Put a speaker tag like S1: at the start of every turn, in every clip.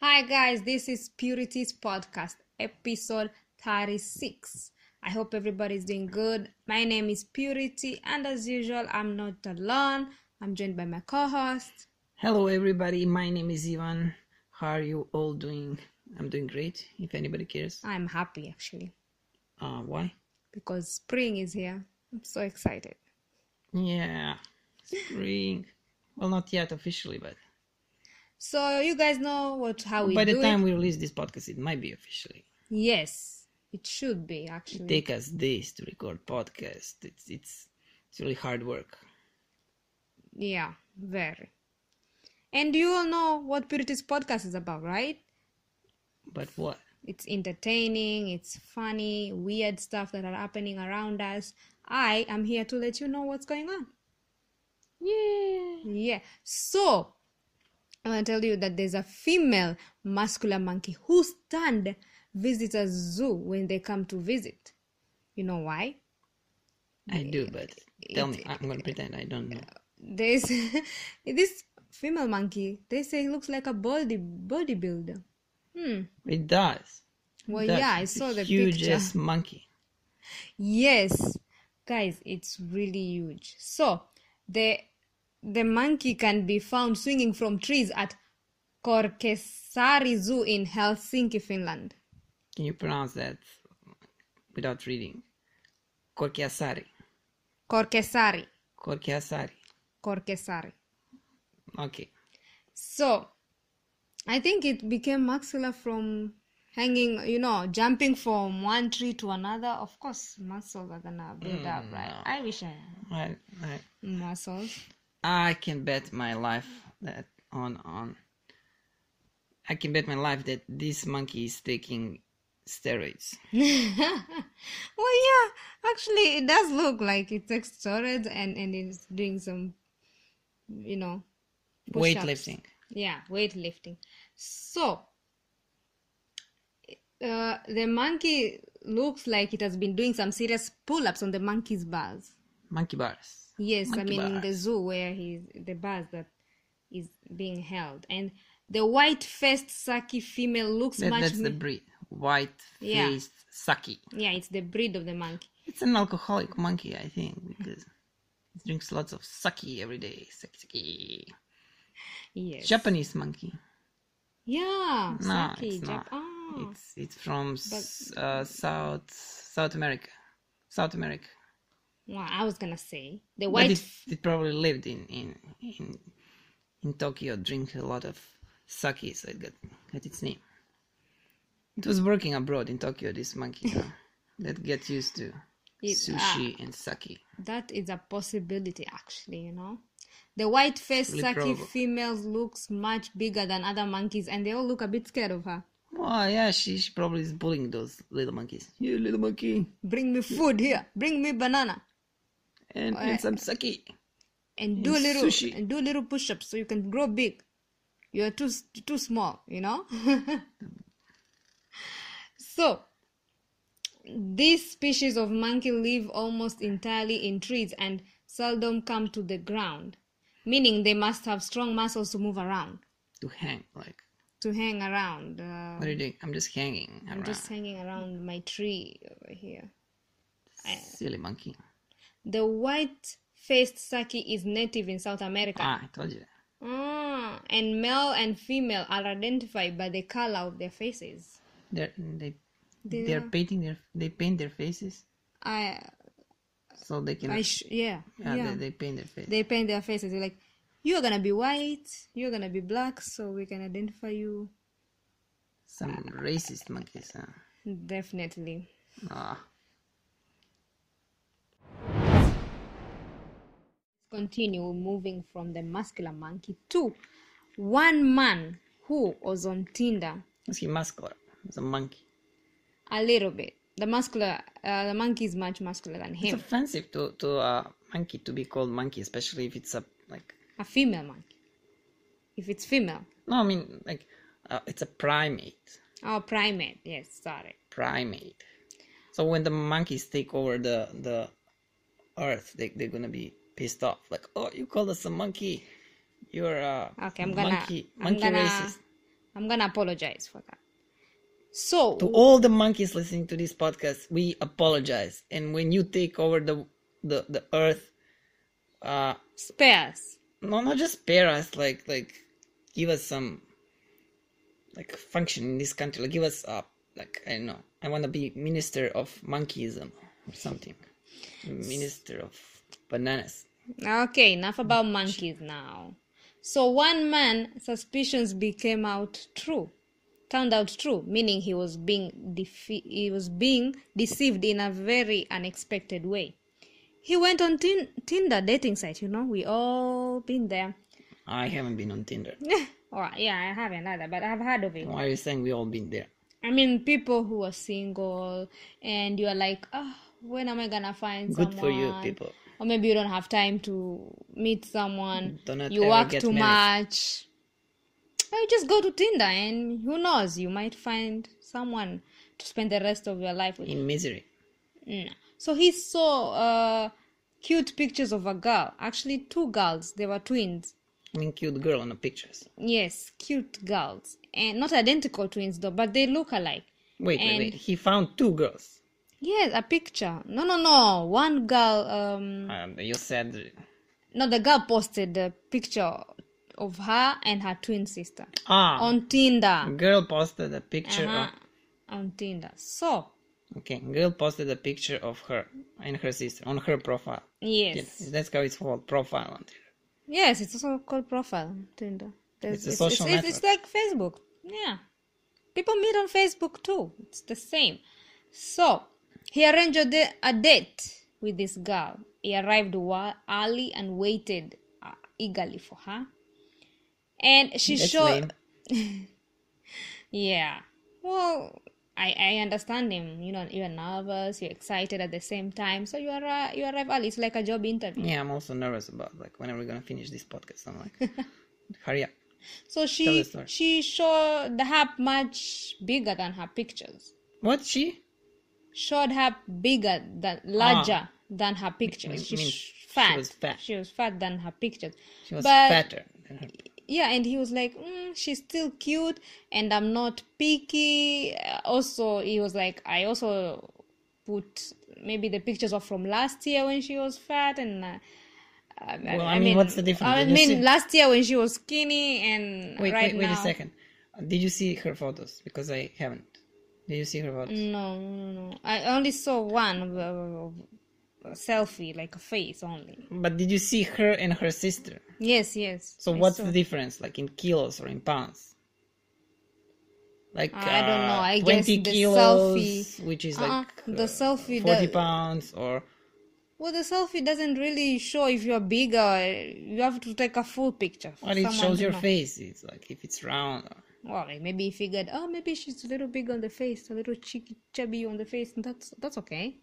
S1: Hi, guys, this is Purity's podcast, episode 36. I hope everybody's doing good. My name is Purity, and as usual, I'm not alone. I'm joined by my co host.
S2: Hello, everybody. My name is Ivan. How are you all doing? I'm doing great, if anybody cares.
S1: I'm happy actually
S2: Uh, why?
S1: because spring is here. I'm so excited.
S2: Yeah, spring. Well, not yet officially, but
S1: So, you guys know what how we
S2: by
S1: do
S2: the time
S1: it?
S2: we release this podcast, it might be officially.
S1: Yes, it should be actually.
S2: Take us days to record podcast. It's it's it's really hard work.
S1: Yeah, very. And you all know what Purity's podcast is about, right?
S2: But what?
S1: It's entertaining, it's funny, weird stuff that are happening around us. I am here to let you know what's going on.
S2: Yeah.
S1: Yeah. So, I want to tell you that there's a female muscular monkey who stunned visitors zoo when they come to visit. You know why?
S2: I do, but tell me.
S1: It-
S2: I'm gonna pretend I don't know.
S1: There's this female monkey. They say it looks like a body bodybuilder. Hmm.
S2: It does.
S1: Well,
S2: That's
S1: yeah, I saw the
S2: huge
S1: picture.
S2: ass monkey.
S1: Yes, guys, it's really huge. So the the monkey can be found swinging from trees at Korkesari Zoo in Helsinki, Finland.
S2: Can you pronounce that without reading? Korkiasari.
S1: Korkesari,
S2: Korkiasari.
S1: Korkesari.
S2: Okay.
S1: So I think it became maxilla from hanging, you know, jumping from one tree to another. Of course, muscles are gonna build up, right? I wish I had
S2: I, I,
S1: muscles.
S2: I can bet my life that on on. I can bet my life that this monkey is taking steroids.
S1: Well, yeah, actually, it does look like it takes steroids and and it's doing some, you know, push-ups.
S2: Weightlifting.
S1: Yeah, weightlifting. So, uh, the monkey looks like it has been doing some serious pull-ups on the monkey's bars.
S2: Monkey bars.
S1: Yes, I
S2: Monkey
S1: mean in the zoo where he's the bars that is being held, and the white-faced Saki female looks
S2: That,
S1: much.
S2: that's the
S1: mi-
S2: breed. White faced Saki.
S1: yeah, it's the breed of the monkey.
S2: It's an alcoholic monkey, I think, because it drinks lots of sake every day. Sake, sake.
S1: Yes.
S2: Japanese monkey.
S1: Yeah,
S2: No,
S1: sake,
S2: it's
S1: Jap-
S2: not.
S1: ah,
S2: It's it's from s- uh, South South America. South America.
S1: well, I was gonna say the
S2: But
S1: white.
S2: it, it probably lived in, in in in Tokyo, drink a lot of sake, so it got got its name. It was working abroad in Tokyo. This monkey, you know, that gets used to
S1: It- ah.
S2: sushi and sake.
S1: that is a possibility, actually. You know, the white-faced
S2: Really
S1: saki
S2: probable.
S1: female looks much bigger than other monkeys, and they all look a bit scared of her.
S2: Well, yeah, she she probably is bullying those little monkeys. You little monkey,
S1: Bring me food here. Bring me banana,
S2: and, and some sake.
S1: and do a
S2: And
S1: little
S2: sushi.
S1: and do a little push-ups so you can grow big. You are too s- too small, you know. so This species of monkey live almost entirely in trees and seldom come to the ground, meaning they must have strong muscles to move around,
S2: To hang, like
S1: to hang around. Uh,
S2: what are you doing? I'm just hanging around.
S1: I'm just hanging around my tree over here.
S2: Silly monkey.
S1: The white faced saki is native in South America.
S2: Ah, I told you.
S1: Ah, and male and female are identified by the color of their faces.
S2: They're, they
S1: They
S2: they're
S1: are-
S2: painting their they paint their faces
S1: I,
S2: so they can
S1: I sh- yeah,
S2: yeah,
S1: yeah.
S2: They, they paint their face.
S1: they paint their faces. They're like, you're gonna be white, you're gonna be black, so we can identify you.
S2: Some racist monkeys. Huh?
S1: Definitely.
S2: Ah,
S1: Continue moving from the muscular monkey to one man who was on Tinder
S2: is he muscular? He's a monkey.
S1: a little bit. The muscular, uh, the monkey is much muscular than
S2: It's
S1: him.
S2: offensive to to a monkey to be called monkey, especially if it's a like.
S1: A female monkey. If it's female,
S2: No, I mean like uh, it's a primate.
S1: oh primate. Yes, sorry.
S2: Primate. So when the monkeys take over the the earth, they they're gonna be pissed off. Like, oh, you called us a monkey. You're a
S1: Okay, I'm gonna.
S2: monkey
S1: I'm
S2: monkey
S1: gonna,
S2: racist.
S1: I'm gonna apologize for that. So
S2: To all the monkeys listening to this podcast, we apologize. And when you take over the the, the earth, uh,
S1: spares.
S2: no, not just spare us, like like give us some like function in this country. Like give us uh, like I don't know. I want to be minister of monkeyism or something. Minister of bananas.
S1: Okay, enough about monkeys now. So one man suspicions became out true, turned out true, meaning he was being defe- he was being deceived in a very unexpected way. He went on tin- Tinder dating site. You know, we all been there.
S2: I haven't been on Tinder.
S1: or yeah, I haven't either, but I've heard of it.
S2: Why are you saying we all been there?
S1: I mean, people who are single and you are like, oh, when am I gonna find
S2: Good
S1: someone?
S2: for you, people.
S1: Or maybe you don't have time to meet someone.
S2: Do not
S1: you
S2: Mm, ever
S1: work
S2: get
S1: too
S2: married.
S1: much. Or you just go to Tinder and who knows, you might find someone to spend the rest of your life with.
S2: In misery.
S1: No. So he saw uh, cute pictures of a girl. Actually, two girls. They were twins.
S2: I mean, cute girl on the pictures.
S1: Yes, cute girls. And not identical twins though, but they look alike.
S2: Wait, wait,
S1: And-
S2: wait. He found two girls.
S1: Yes, a picture. No, no, no. One girl, um,
S2: Um, you said.
S1: no, the girl posted the picture of her and her twin sister
S2: Ah,
S1: on Tinder.
S2: girl posted a picture uh.
S1: Uh-huh. On Tinder. So,
S2: of. Okay, girl posted a picture of her and her sister on her profile.
S1: yes.
S2: Yeah, that's how it's called profile on Tinder.
S1: Yes, it's also called profile, Tinder. There's-
S2: It's a social
S1: it's, it's,
S2: network.
S1: like Facebook. Yeah. People meet on Facebook too. It's the same. So, he arranged a, da- a date with this girl. He arrived wa- early and waited uh, eagerly for her. And she
S2: That's
S1: showed.
S2: lame.
S1: Yeah. Well, I I understand him. You know, you're nervous, you're excited at the same time, so you are uh, you arrive early. It's like a job interview.
S2: Yeah, I'm also nervous about like when are we gonna finish this podcast? I'm like, hurry up.
S1: So
S2: Tell the
S1: she
S2: story.
S1: she showed the app much bigger than her pictures.
S2: What she?
S1: Showed her bigger than larger than her pictures.
S2: Ah.
S1: She's
S2: mean- means
S1: fat.
S2: was fat.
S1: She was fat than her pictures.
S2: She was
S1: But-
S2: fatter. Than her.
S1: yeah and he was like mm, she's still cute and i'm not picky Uh, also he was like i also put maybe the pictures of from last year when she was fat and uh, I,
S2: Well, I mean, what's the difference?
S1: i
S2: Did you
S1: mean
S2: see-
S1: last year when she was skinny and
S2: Wait,
S1: right
S2: wait, wait
S1: now
S2: a second. Uh, Did you see her photos? Because I haven't. Did you see her photos?
S1: no no no i only saw one of- of- of selfie like a face only
S2: But did you see her and her sister?
S1: yes yes
S2: So
S1: I
S2: what's
S1: saw.
S2: the difference, like in kilos or in pounds? Like
S1: I don't know,
S2: uh,
S1: I guess
S2: twenty
S1: the
S2: kilos,
S1: selfie-
S2: which is
S1: Uh-uh,
S2: like
S1: the
S2: uh,
S1: selfie
S2: forty
S1: does-
S2: pounds, or
S1: Well, the selfie doesn't really show if you're bigger. You have to take a full picture. for
S2: well, it
S1: someone
S2: shows
S1: to
S2: your
S1: know.
S2: face. It's like if it's round. Or,
S1: Well, like, maybe he figured, oh, maybe she's a little big on the face, a little cheeky, chubby on the face, and that's that's okay.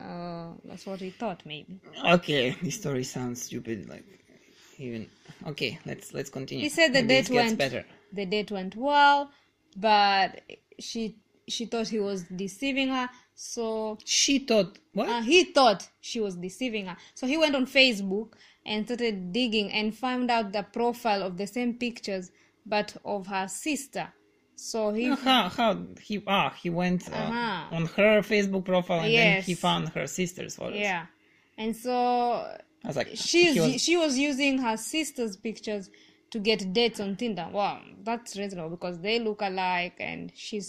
S1: Uh, that's what he thought, maybe.
S2: okay, this story sounds stupid. Like even okay, let's let's continue.
S1: He said the
S2: Maybe
S1: date
S2: it gets
S1: went
S2: better.
S1: the date went well, but she she thought he was deceiving her, so
S2: She thought what?
S1: Uh, he thought she was deceiving her. So he went on Facebook and started digging and found out the profile of the same pictures, but of her sister. So he.
S2: No, how how he ah he went uh,
S1: Uh-huh.
S2: on her Facebook profile and then he
S1: Yes.
S2: found her sister's photos.
S1: Yeah. And so
S2: I was like
S1: she's,
S2: he was-
S1: she was using her sister's pictures to get dates on Tinder. Wow, that's reasonable because they look alike and she's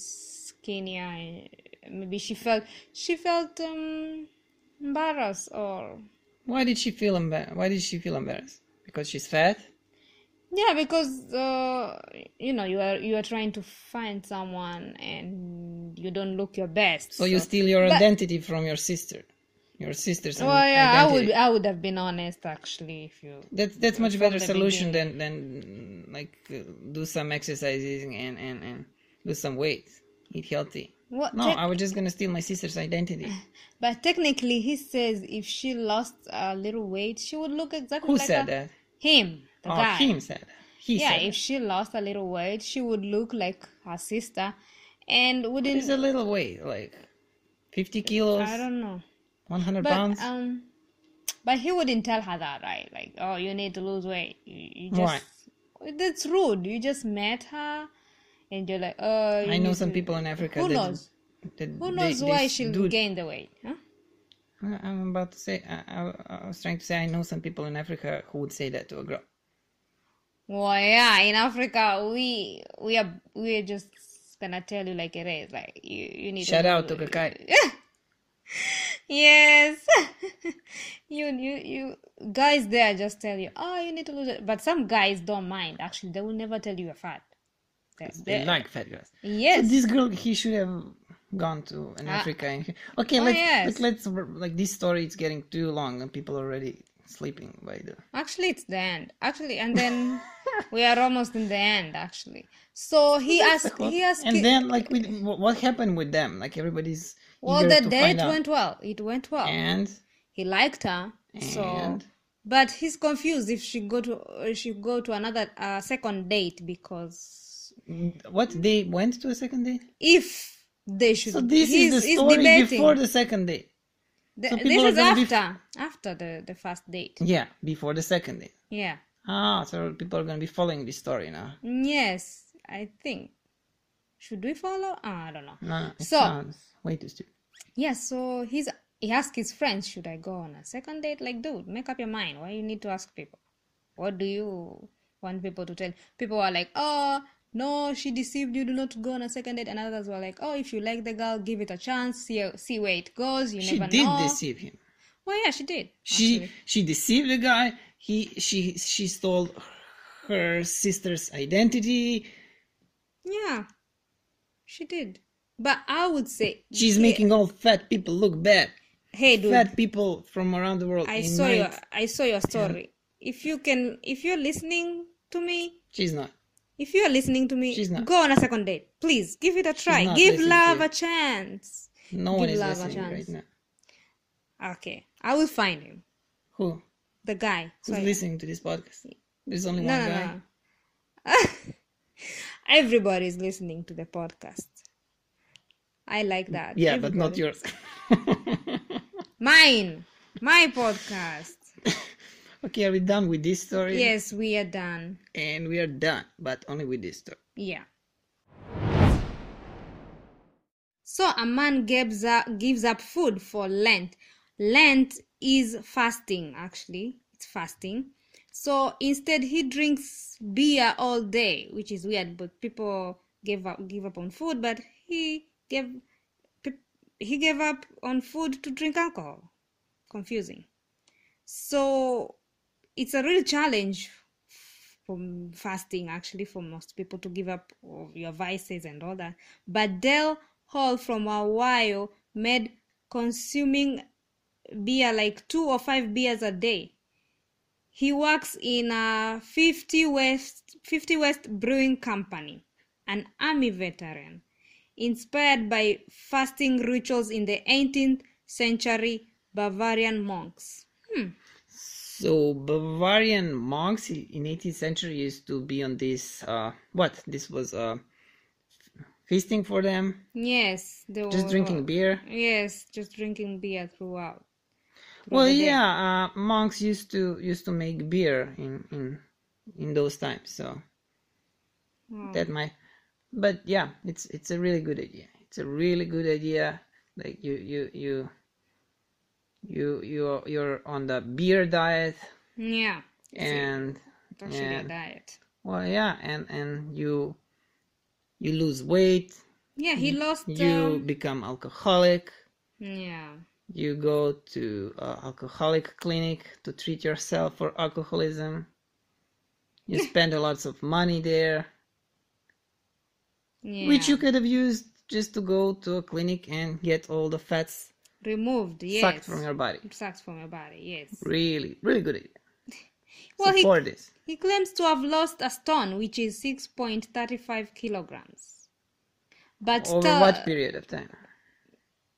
S1: skinnier. And maybe she felt she felt um, embarrassed or
S2: Why did she feel embar- Why did she feel embarrassed? Because she's fat.
S1: Yeah, because uh, you know you are you are trying to find someone and you don't look your best.
S2: So you steal your
S1: But-
S2: identity from your sister. Your sister's
S1: Well, yeah, I would
S2: identity.
S1: I would have been honest actually if you.
S2: That's that's much
S1: From
S2: better
S1: the
S2: solution than than like uh, do some exercises and and and do some weights, eat healthy.
S1: What?
S2: No,
S1: tec-
S2: I was just gonna steal my sister's identity.
S1: but technically, he says if she lost a little weight, she would look exactly
S2: Who
S1: like
S2: said
S1: a-
S2: that?
S1: him. The
S2: oh,
S1: guy.
S2: him said that. He
S1: Yeah,
S2: said
S1: if she lost a little weight, she would look like her sister, and
S2: that. It's
S1: wouldn't.
S2: a little weight, like fifty kilos,
S1: I don't know.
S2: one hundred
S1: But
S2: pounds.
S1: um, but he wouldn't tell her that, right? Like, oh, you need to lose weight. You, you just
S2: Why?
S1: that's rude. You just met her, and you're like, oh, you
S2: I know
S1: need
S2: some
S1: to-
S2: people in Africa.
S1: Who
S2: that,
S1: knows?
S2: That
S1: Who
S2: they-
S1: knows
S2: they
S1: why
S2: s-
S1: she'll
S2: do-
S1: gain the weight? Huh?
S2: I- I'm about to say. I, I, I was trying to say. I know some people in Africa who would say that to a girl.
S1: Well, yeah, in Africa, we we are we are just gonna tell you like it is. Like you, you need
S2: Shout out to
S1: move.
S2: Kakai.
S1: Yes, you you you guys there just tell you, oh, you need to lose it. But some guys don't mind. Actually, they will never tell you you're fat. They-
S2: They
S1: they-
S2: like fat girls. So
S1: yes,
S2: this girl, he should have gone to an
S1: Ah.
S2: Africa. And he, okay,
S1: Oh,
S2: let's
S1: yes.
S2: let's like this story. It's getting too long, and people are already sleeping by the.
S1: actually, it's the end. Actually, and then we are almost in the end. Actually, so he asked. He asked.
S2: and then like we, wh- what happened with them? Like everybody's
S1: well,
S2: eager
S1: the
S2: to
S1: date
S2: find out.
S1: went well. It went well.
S2: and
S1: he liked her so
S2: And?
S1: but he's confused if she go to uh, she go to another uh, second date because
S2: what they went to a second date.
S1: if they should
S2: So this
S1: he's,
S2: is the
S1: he's
S2: story
S1: debating
S2: before the second date.
S1: The-
S2: so people
S1: this
S2: are
S1: is
S2: gonna be-
S1: after after the the first date
S2: Yeah, before the second date.
S1: yeah
S2: Ah, so people are gonna be following this story now.
S1: yes i think should we follow Ah, i don't know
S2: No, it
S1: So-
S2: sounds way too stupid.
S1: yeah so he's he asked his friends should i go on a second date like dude make up your mind why you need to ask people what do you want people to tell people are like oh no she deceived you do not go on a second date and others were like oh if you like the girl give it a chance see see where it goes you
S2: She
S1: never
S2: did
S1: know
S2: deceive him.
S1: well yeah she did
S2: She
S1: actually.
S2: she deceived the guy. He she she stole her sister's identity.
S1: yeah she did but i would say
S2: She's
S1: yeah,
S2: making all fat people look bad.
S1: hey dude
S2: Fat people from around the world.
S1: i
S2: unite.
S1: saw your i saw your story if you can if you're listening to me
S2: She's not.
S1: If you are listening to me,
S2: She's not.
S1: go on a second date. Please give it a try.
S2: not
S1: Give
S2: listening
S1: love
S2: to you.
S1: a chance.
S2: No
S1: Give
S2: one is
S1: love a
S2: listening right
S1: chance.
S2: now.
S1: Okay, I will find him.
S2: Who
S1: The guy.
S2: who's
S1: Sorry.
S2: listening to this podcast? There's only
S1: No,
S2: one
S1: no,
S2: guy.
S1: no. Everybody is listening to the podcast. I like that.
S2: Yeah, but not
S1: Everybody.
S2: yours.
S1: Mine. My podcast.
S2: okay, are we done with this story?
S1: Yes, we are done.
S2: And we are done, but only with this story.
S1: Yeah. So a man gives up, gives up food for Lent. Lent is fasting, actually. It's fasting. So instead, he drinks beer all day, which is weird. But people gave up give up on food, but he gave pe- he gave up on food to drink alcohol. Confusing. So it's a real challenge from fasting actually for most people to give up of your vices and all that but dell hall from ohio made consuming beer like two or five beers a day he works in a 50 west 50 west brewing company an army veteran inspired by fasting rituals in the 18th century bavarian monks
S2: So Bavarian monks i- in 18th century used to be on this. Uh, what this was uh, feasting for them,
S1: yes they
S2: just
S1: were-
S2: drinking beer.
S1: Yes, just drinking beer throughout.
S2: Well,
S1: the day.
S2: yeah, uh, monks used to used to make beer in in in those times. So
S1: Wow.
S2: that might, but yeah, it's it's a really good idea. It's a really good idea. Like you you you you you you're on the beer diet
S1: Yeah,
S2: and
S1: it's actually a
S2: and
S1: diet.
S2: Well, yeah, and and you you lose weight,
S1: Yeah, he lost.
S2: Mm-hmm. you
S1: um,
S2: become alcoholic,
S1: yeah,
S2: you go to a alcoholic clinic to treat yourself for alcoholism. You spend a lots of money there,
S1: yeah.
S2: which you could have used just to go to a clinic and get all the fats
S1: removed. Yes,
S2: sucked from your body.
S1: sucked from your body. Yes.
S2: Really, really good idea.
S1: Well, he
S2: Support this.
S1: he claims to have lost a stone, which is six point thirty five kilograms. But
S2: Over
S1: still,
S2: what period of time?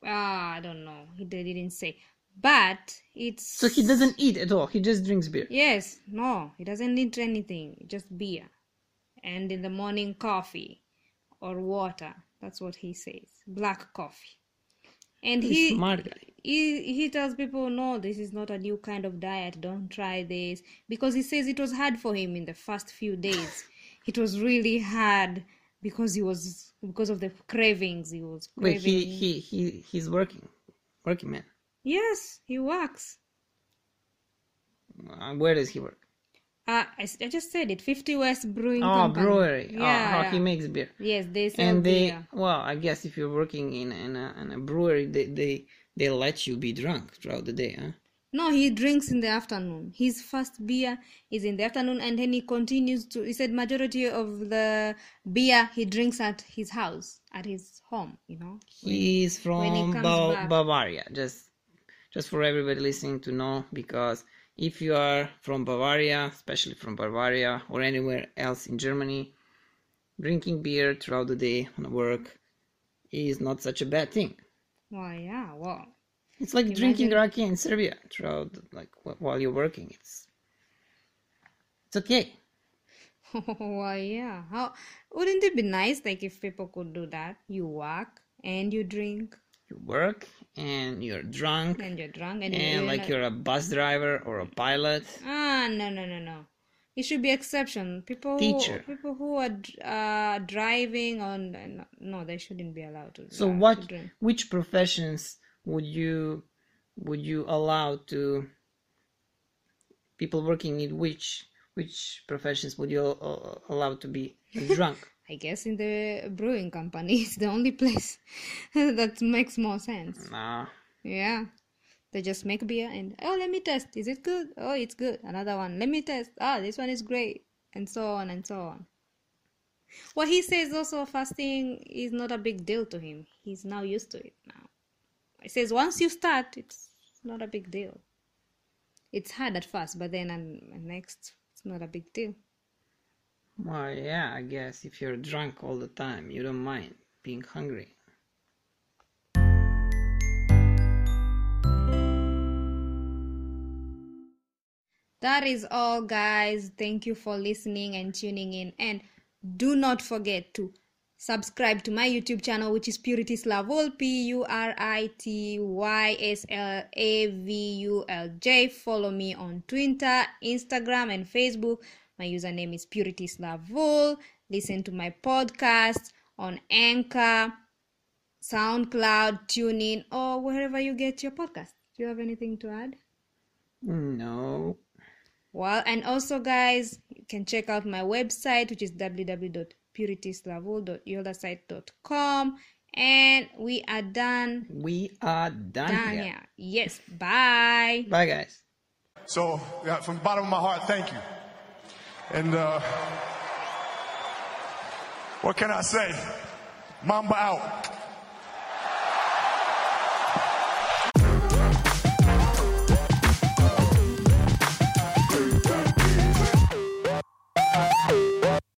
S1: Ah, I don't know. He they didn't say. But it's
S2: So he doesn't eat at all. He just drinks beer.
S1: Yes, no, he doesn't need anything, just beer. And in the morning, coffee or water. That's what he says. Black coffee. And
S2: He's a
S1: he,
S2: smart guy.
S1: he he tells people, no, this is not a new kind of diet. Don't try this because he says it was hard for him in the first few days. It was really hard because he was because of the cravings he was craving.
S2: Wait, he, he he he's working, working man.
S1: yes, he works.
S2: Uh, where does he work?
S1: Uh, I, s- I just said it. Fifty West Brewing
S2: Oh,
S1: Company.
S2: brewery.
S1: Yeah,
S2: oh, how
S1: yeah.
S2: he makes beer.
S1: yes, they sell
S2: and they
S1: beer.
S2: well, I guess if you're working in in a, in a brewery, they they they let you be drunk throughout the day, huh?
S1: No, he drinks in the afternoon. His first beer is in the afternoon, and then he continues to. He said majority of the beer he drinks at his house, at his home. You know.
S2: He's
S1: when he
S2: from
S1: comes
S2: Bul-
S1: back.
S2: Bavaria. Just just for everybody listening to know, because if you are from Bavaria, especially from Bavaria or anywhere else in Germany, drinking beer throughout the day on work is not such a bad thing.
S1: Well, yeah. Well,
S2: It's like drinking raki in Serbia throughout, like wh- while you're working. It's it's okay.
S1: well, yeah. How wouldn't it be nice, like if people could do that? You work and you drink,
S2: You work and you're drunk,
S1: and you're drunk, and,
S2: and
S1: you're
S2: like
S1: not-
S2: you're a bus driver or a pilot.
S1: Ah, no, no, no, no. It should be exception. People
S2: Teacher.
S1: who people who are dr- uh, driving on no, they shouldn't be allowed to.
S2: So
S1: drive- to
S2: what?
S1: drink.
S2: Which professions would you would you allow to people working in which which professions would you al- al- allow to be drunk?
S1: I guess in the brewing company is the only place that makes more sense.
S2: nah,
S1: Yeah. They just make beer and oh let me test. Is it good? Oh it's good. Another one. Let me test. Ah this one is great. And so on and so on. Well he says also fasting is not a big deal to him. He's now used to it now. He says once you start it's not a big deal. It's hard at first, but then and next it's not a big deal.
S2: well, yeah, I guess if you're drunk all the time, you don't mind being hungry.
S1: That is all, guys. Thank you for listening and tuning in. And do not forget to subscribe to my YouTube channel, which is Purity Slavul, P U R I T Y S L A V U L J. Follow me on Twitter, Instagram, and Facebook. My username is Purity Slavul. Listen to my podcast on Anchor, SoundCloud, TuneIn, or wherever you get your podcast. Do you have anything to add?
S2: No.
S1: Well, and also, guys, you can check out my website, which is www.purityslavol.yolasite.com. And we are done.
S2: We are done,
S1: Done
S2: here.
S1: here. Yes, bye.
S2: Bye, guys.
S3: So, yeah, from the bottom of my heart, thank you. And uh, what can I say? Mamba out.